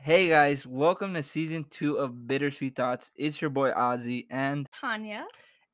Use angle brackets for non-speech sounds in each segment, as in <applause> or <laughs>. Hey guys, welcome to season two of Bittersweet Thoughts. It's your boy Ozzy, and Tanya.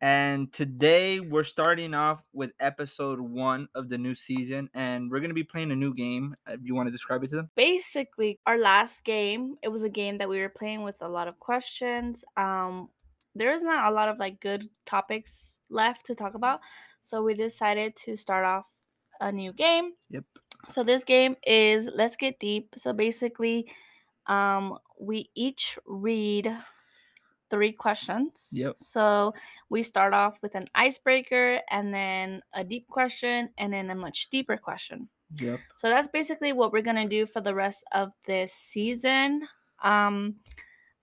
and today we're starting off with episode one of the new season, and we're gonna be playing a new game. Uh, You want to describe it to them? Basically, our last game, it was a game that we were playing with a lot of questions. Um, there is not a lot of like good topics left to talk about, so we decided to start off a new game. Yep. So this game is Let's Get Deep. So basically, um, we each read three questions. Yep. So we start off with an icebreaker and then a deep question and then a much deeper question. Yep. So that's basically what we're gonna do for the rest of this season. Um,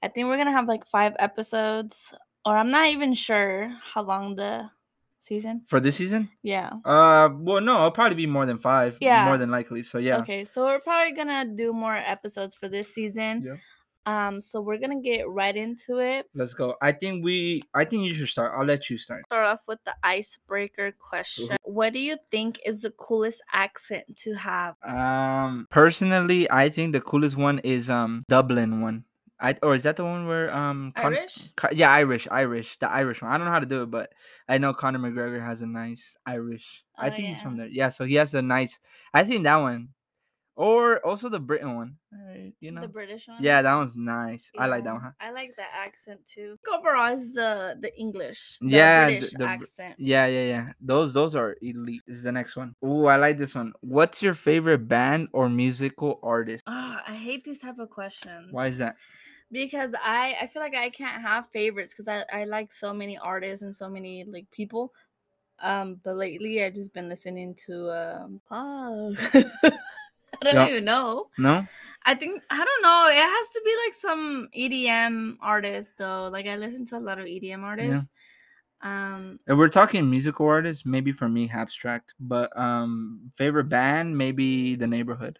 I think we're gonna have like five episodes, or I'm not even sure how long the season. For this season? Yeah. Uh, well, no, it'll probably be more than five. Yeah. More than likely. So yeah. Okay, so we're probably gonna do more episodes for this season. Yeah. Um, so we're gonna get right into it. Let's go. I think we. I think you should start. I'll let you start. Start off with the icebreaker question. Mm-hmm. What do you think is the coolest accent to have? Um, personally, I think the coolest one is um Dublin one. I or is that the one where um Con- Irish? Co- yeah, Irish, Irish, the Irish one. I don't know how to do it, but I know Conor McGregor has a nice Irish. I Oh, think he's yeah. from there. Yeah, so he has a nice. I think that one, or also the Britain one. Uh, you know. The British one? yeah, that one's nice. I like that Yeah, one. I like that accent too. Overall, is the the English, the Yeah, the- British the Br- accent. Yeah, yeah, yeah. Those those are elite. Is the next one. Ooh, I like this one. What's your favorite band or musical artist? Ah, I hate these type of questions Why is that? because I I feel like I can't have favorites because I I like so many artists and so many like people. Um, but lately I just been listening to um. Oh. <laughs> I don't Yeah. even know. No. I think I don't know. It has to be like some EDM artist though. Like I listen to a lot of EDM artists. Um, If we're talking musical artists, maybe for me abstract, but um favorite band, maybe the neighborhood.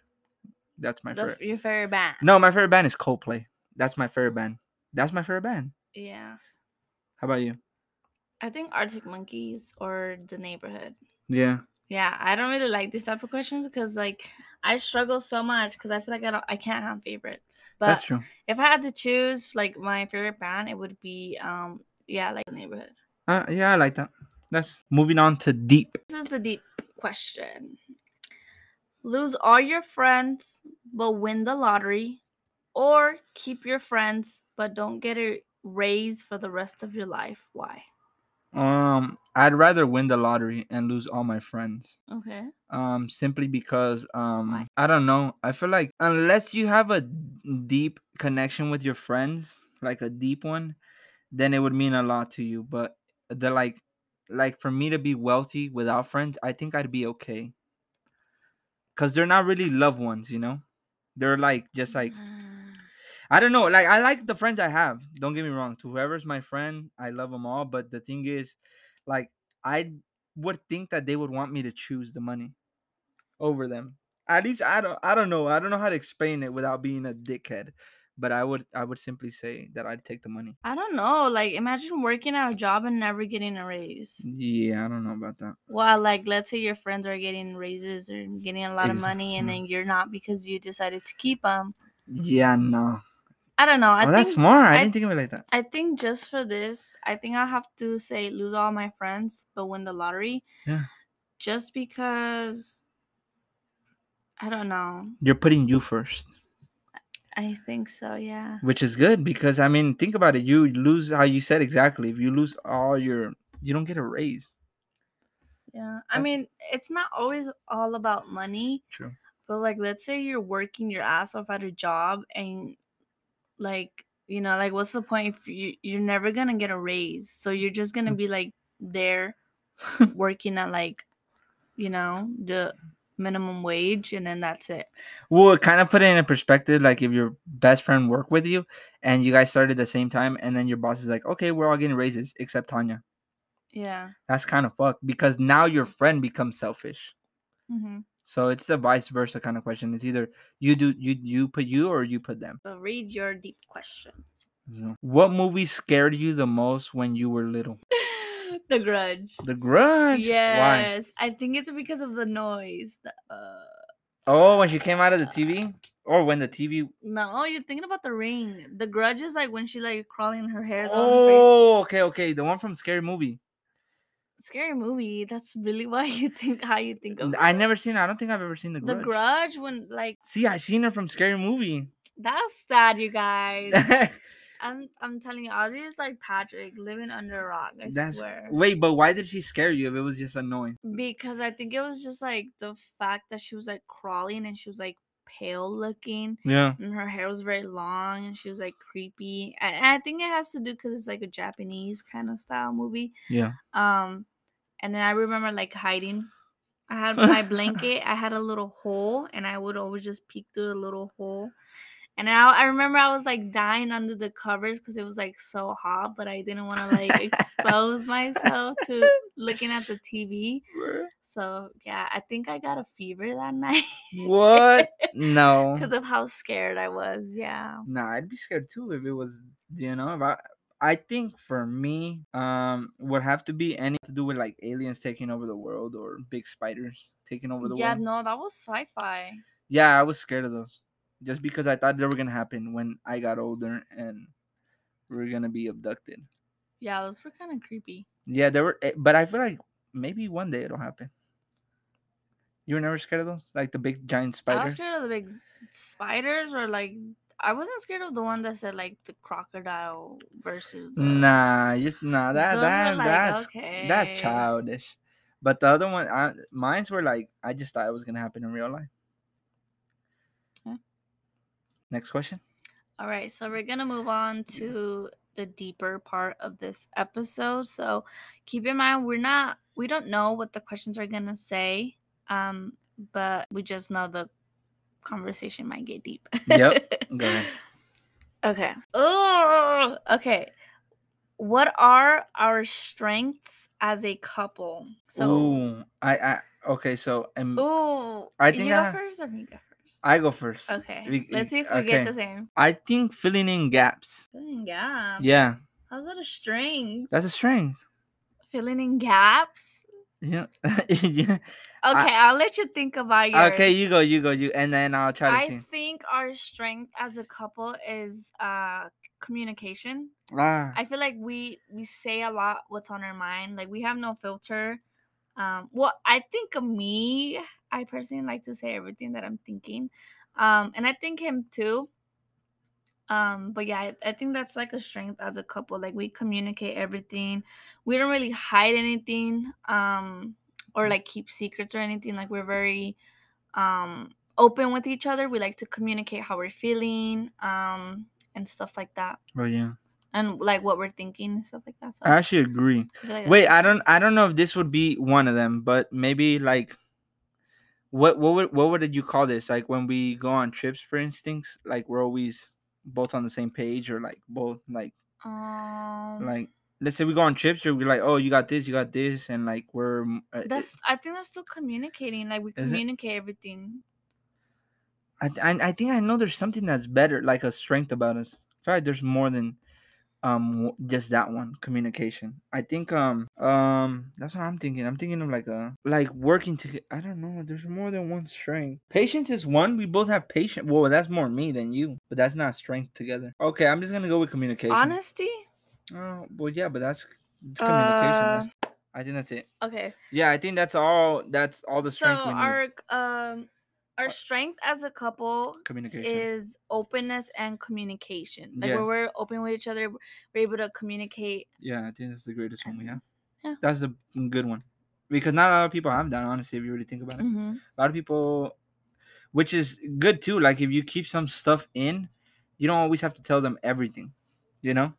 That's my that's favorite. your favorite band. No, my favorite band is Coldplay. That's my favorite band. That's my favorite band. Yeah. How about you? I think Arctic Monkeys or the neighborhood. Yeah. Yeah, I don't really like these type of questions because like I struggle so much because I feel like I don't I can't have favorites. But that's true. if I had to choose like my favorite band, it would be um yeah, like the neighborhood. Uh, yeah, I like that. That's moving on to deep. This is the deep question. Lose all your friends but win the lottery or keep your friends but don't get a raise for the rest of your life. Why? Um, I'd rather win the lottery and lose all my friends. Okay. um simply because um i don't know i feel like unless you have a deep connection with your friends like a deep one then it would mean a lot to you but the like like for me to be wealthy without friends i think i'd be okay because they're not really loved ones you know they're like just like Mm. i don't know like i like the friends i have don't get me wrong to whoever's my friend i love them all but the thing is like i would think that they would want me to choose the money over them. At least I don't I don't know. I don't know how to explain it without being a dickhead. But I would I would simply say that I'd take the money. I don't know. Like, imagine working at a job and never getting a raise. Yeah, I don't know about that. Well, like, let's say your friends are getting raises or getting a lot of Ex- money, and mm. then you're not because you decided to keep them. Yeah, no. I don't know. I oh, think that's smart. I, I- didn't think of it like that. I think just for this, I think I'll have to say lose all my friends, but win the lottery. Yeah. Just because. I don't know. You're putting you first, I think so. Yeah. which is good because I mean, think about it. You lose how you said exactly. If you lose all your, you don't get a raise. Yeah. I I- mean, it's not always all about money. True. But like, let's say you're working your ass off at a job, and like, you know, like, what's the point if you you're never gonna get a raise? So you're just Mm. gonna be like <laughs> there, working at like, you know, the minimum wage, and then that's it. Well, kind of put it in a perspective. Like if your best friend worked with you, and you guys started at the same time, and then your boss is like, "Okay, we're all getting raises except Tanya." Yeah. that's kind of fucked because now your friend becomes selfish. Mm-hmm. So it's a vice versa kind of question. It's either you do you you put you or you put them. So read your deep question. <laughs> you know? What movie scared you the most when you were little? the Grudge. The Grudge. Why? Yes, I think it's because of the noise. The, uh, Oh, when she came out of the TV, or when the TV. No, you're thinking about the ring. The grudge is like when she like crawling her hairs on her face. Oh, okay, okay, the one from Scary Movie. Scary movie. That's really <laughs> why you think how you think of it. I never seen. I don't think I've ever seen the the Grudge. grudge when like See, I seen her from Scary Movie. that's sad, <laughs> you guys. I'm I'm telling you, Ozzy is like Patrick living under a rock. I That's swear. wait, but why did she scare you if it was just a noise? because I think it was just like the fact that she was like crawling and she was like pale looking Yeah. and her hair was very long and she was like creepy. And and I think it has to do because it's like a Japanese kind of style movie. <laughs> Yeah. Um, and then I remember like hiding. I <laughs> had my blanket. I had a little hole, and I would always just peek through the little hole. And I, I remember I was like dying under the covers because it was like so hot, but I didn't want to like expose myself <laughs> to looking at the TV. So yeah, I think I got a fever that <laughs> night What? <laughs> no. because of how scared I was. Yeah. Nah, I'd be scared too if it was you know, if I I think for me, um, would have to be any to do with like aliens taking over the world or big spiders taking over the Yeah, world. no, that was sci-fi. Yeah, I was scared of those. Just because I thought they were gonna happen when I got older and we were gonna be abducted. Yeah, those were kind of creepy. Yeah, there were, eh, but I feel like maybe one day it'll happen. You were never scared of those, like the big giant I was spiders. scared of the big s- spiders, or like I wasn't scared of the one that said like the crocodile versus the. Nah, just nah. That Those were that like, that's that's okay. childish. But the other one, I, mines were like I just thought it was gonna happen in real life. Yeah. Next question. All right, so we're gonna move on to the deeper part of this episode. So keep in mind we're not we don't know what the questions are gonna say, um, but we just know the conversation might get deep. <laughs> Yep, Go ahead. Okay. Oh, okay. What are our strengths as a couple? So, Ooh, I I okay. So and ooh, I think you go I- first or me go first? I go first. okay. We- Let's see if we get okay. the same. I think filling in gaps. Filling gaps. Yeah, How's that a strength? that's a strength. <laughs> Filling in gaps. Yeah. yeah. Okay, I- I, will let you think about yours. Okay, you go, you go, you, and then I'll try to I see. think our strength as a couple is uh communication. Ah, I feel like we we say a lot what's on our mind. Like we have no filter. Um, well, I think of me, I personally like to say everything that I'm thinking, um, and I think him too. Um, but yeah, I, I think that's like a strength as a couple. Like we communicate everything. We don't really hide anything, um, or like keep secrets or anything. Like we're very um, open with each other. We like to communicate how we're feeling um, and stuff like that well, yeah, and like what we're thinking and stuff like that. So I actually agree. I feel like Wait, that's- I don't, I don't know if this would be one of them, but maybe like, what, what would, what would you call this? Like when we go on trips, for instance, like we're always both on the same page, or like both, like, um, like let's say we go on trips, or we're like, oh, you got this, you got this, and like we're mm, uh, it- that's I think that's still communicating. Like we Is it? communicate everything. I, th- I I think I know there's something that's better, like a strength about us. I feel like there's more than um w- just that one communication. I think um um that's what I'm thinking. I'm thinking of like a like working to. I don't know. There's more than one strength. Patience is one. We both have patience. Whoa, that's more me than you, but that's not strength together. Okay, I'm just gonna go with communication. Honesty. Oh well, yeah, but that's it's Uh, communication. that's, I think that's it. Okay. Yeah, I think that's all. That's all the so strength we need. our um our strength as a couple communication. is openness and communication. Like Yes. where we're open with each other, we're able to communicate. Yeah, I think that's the greatest one we have. Yeah. That's a good one. Because not a lot of people have that, honestly, if you really think about it. Mhm. A lot of people, which is good too. Like, if you keep some stuff in, you don't always have to tell them everything, you know?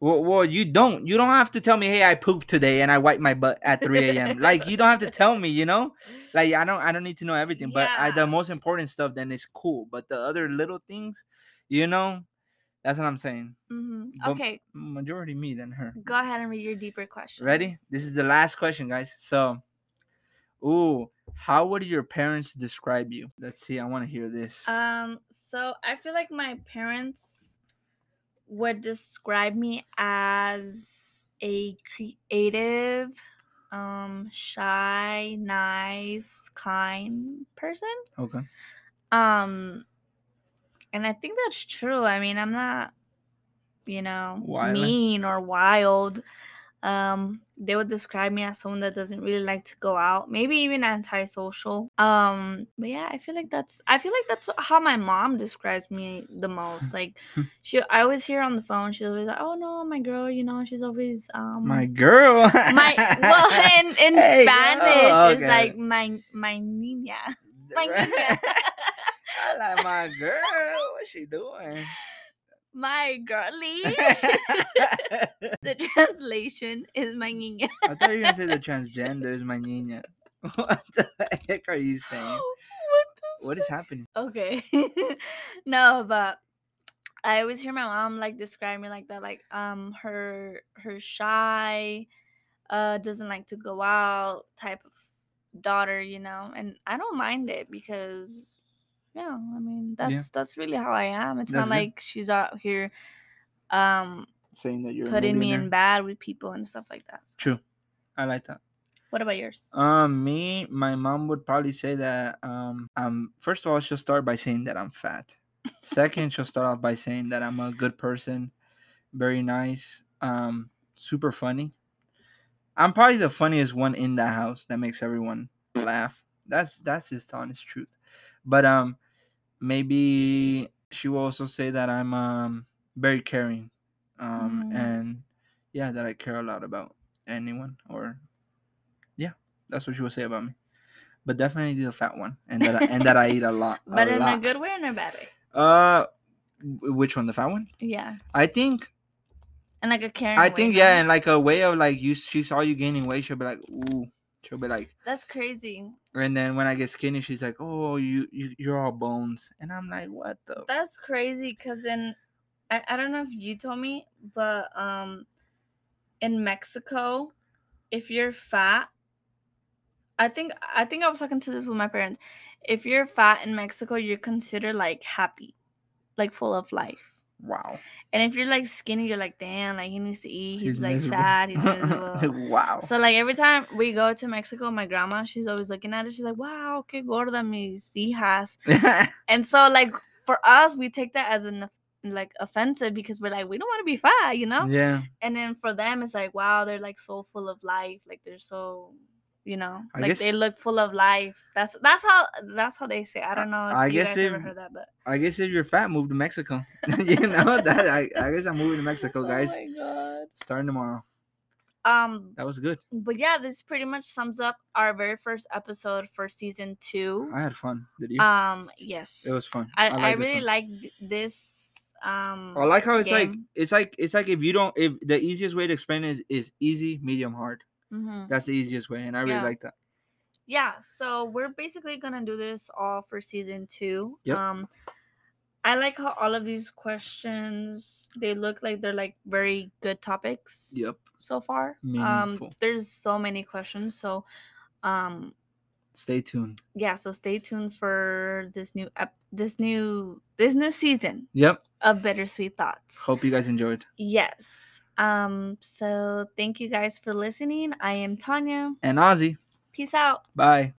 Well, well, you don't. You don't have to tell me, hey, I pooped today and I wiped my butt at 3 <laughs> a.m. like, you don't have to tell me, you know? Like, I don't, I don't need to know everything. But I, Yeah. the most important stuff, then is cool. But the other little things, you know, that's what I'm saying. Mhm. Bum- Okay, Majority me than her. go ahead and read your deeper question. Ready? This is the last question, guys. So, ooh, how would your parents describe you? Let's see. I want to hear this. Um, so I feel like my parents would describe me as a creative, um shy, nice, kind person. Okay. Um and I think that's true. I mean, I'm not you know, Wily. mean or wild. Um they would describe me as someone that doesn't really like to go out, maybe even antisocial. Um but yeah, I feel like that's I feel like that's how my mom describes me the <laughs> most. Like she I always hear on the phone she's always like, "Oh no, my girl, you know, she's always um My girl. my <laughs> well in, in Hey, girl. Spanish it's Okay. like my my niña. <laughs> My niña. <laughs> I like my girl. What's she <laughs> doing? <laughs> my girly. I the translation is my niña. <laughs> thought you were gonna say the transgenders, my niña. <laughs> What the heck are you saying? What is happening? okay. <laughs> no, but I always hear my mom like describe me like that, like um her her shy, uh doesn't like to go out type of daughter, you know, and I don't mind it because yeah, I mean that's that's really how I am. It's That's not good. like she's out here um Saying that you're a putting me millionaire. in bad with people and stuff like that. So, True. I like that. what about yours? Um, me, my mom would probably say that. Um, um, first of all, she'll start by saying that I'm fat. Second, she'll start off by saying that I'm a good person, very nice, um, super funny. I'm probably the funniest one in the house that makes everyone laugh. That's that's just the honest truth. But um, maybe she will also say that I'm um very caring, um, Mm. and yeah, that I care a lot about anyone or yeah, that's what she will say about me. But definitely the fat one, and that I, and that I eat a <laughs> lot. but in lot. a good way and a bad way. Uh, w- which one? The fat one? Yeah, I think. and like a caring. I way, think no? yeah, and like a way of like you. She saw you gaining weight. She'll be like, ooh. She'll be like, that's crazy. and then when I get skinny, she's like, oh, you you you're all bones, and I'm like, what the? That's crazy because in I, I don't know if you told me, but um, in Mexico, if you're fat, I think I think I was talking to this with my parents. If you're fat in Mexico, you're considered like happy, like full of life. Wow. And if you're like skinny, you're like, damn, like he needs to eat. He's, like miserable. sad. He's <laughs> miserable. wow. So like every time we go to Mexico, my grandma, she's always looking at it. She's like, "Wow, qué gorda mis hijas." And so like for us, we take that as an off- like offensive because we're like, we don't want to be fat, you know. yeah. And then for them, it's like, wow, they're like so full of life. Like they're so, you know, I like they guess- look full of life. That's that's how that's how they say. it. I don't know. If I you guess guys ever if- heard that, but I guess if you're fat, move to Mexico. <laughs> you know that. I, I guess I'm <laughs> moving to Mexico, guys. Oh my Starting tomorrow. god. Um, That was good. but yeah, this pretty much sums up our very first episode for season two. I had fun. Did you? Um, yes, it was fun. I, I, like this really one. like th- this. Um, I like how it's like game. it's like it's like if you don't if the easiest way to explain it is, is easy, medium, hard. mhm. That's the easiest way, and I really Yeah. like that. yeah so we're basically gonna do this all for season two Yep. um i like how all of these questions they look like they're like very good topics Yep. so far um Meaningful. there's so many questions so um Stay tuned. yeah so stay tuned for this new ep- this new this new season Yep. of bittersweet thoughts Hope you guys enjoyed. yes um so thank you guys for listening i am tanya And Ozzy, peace out bye.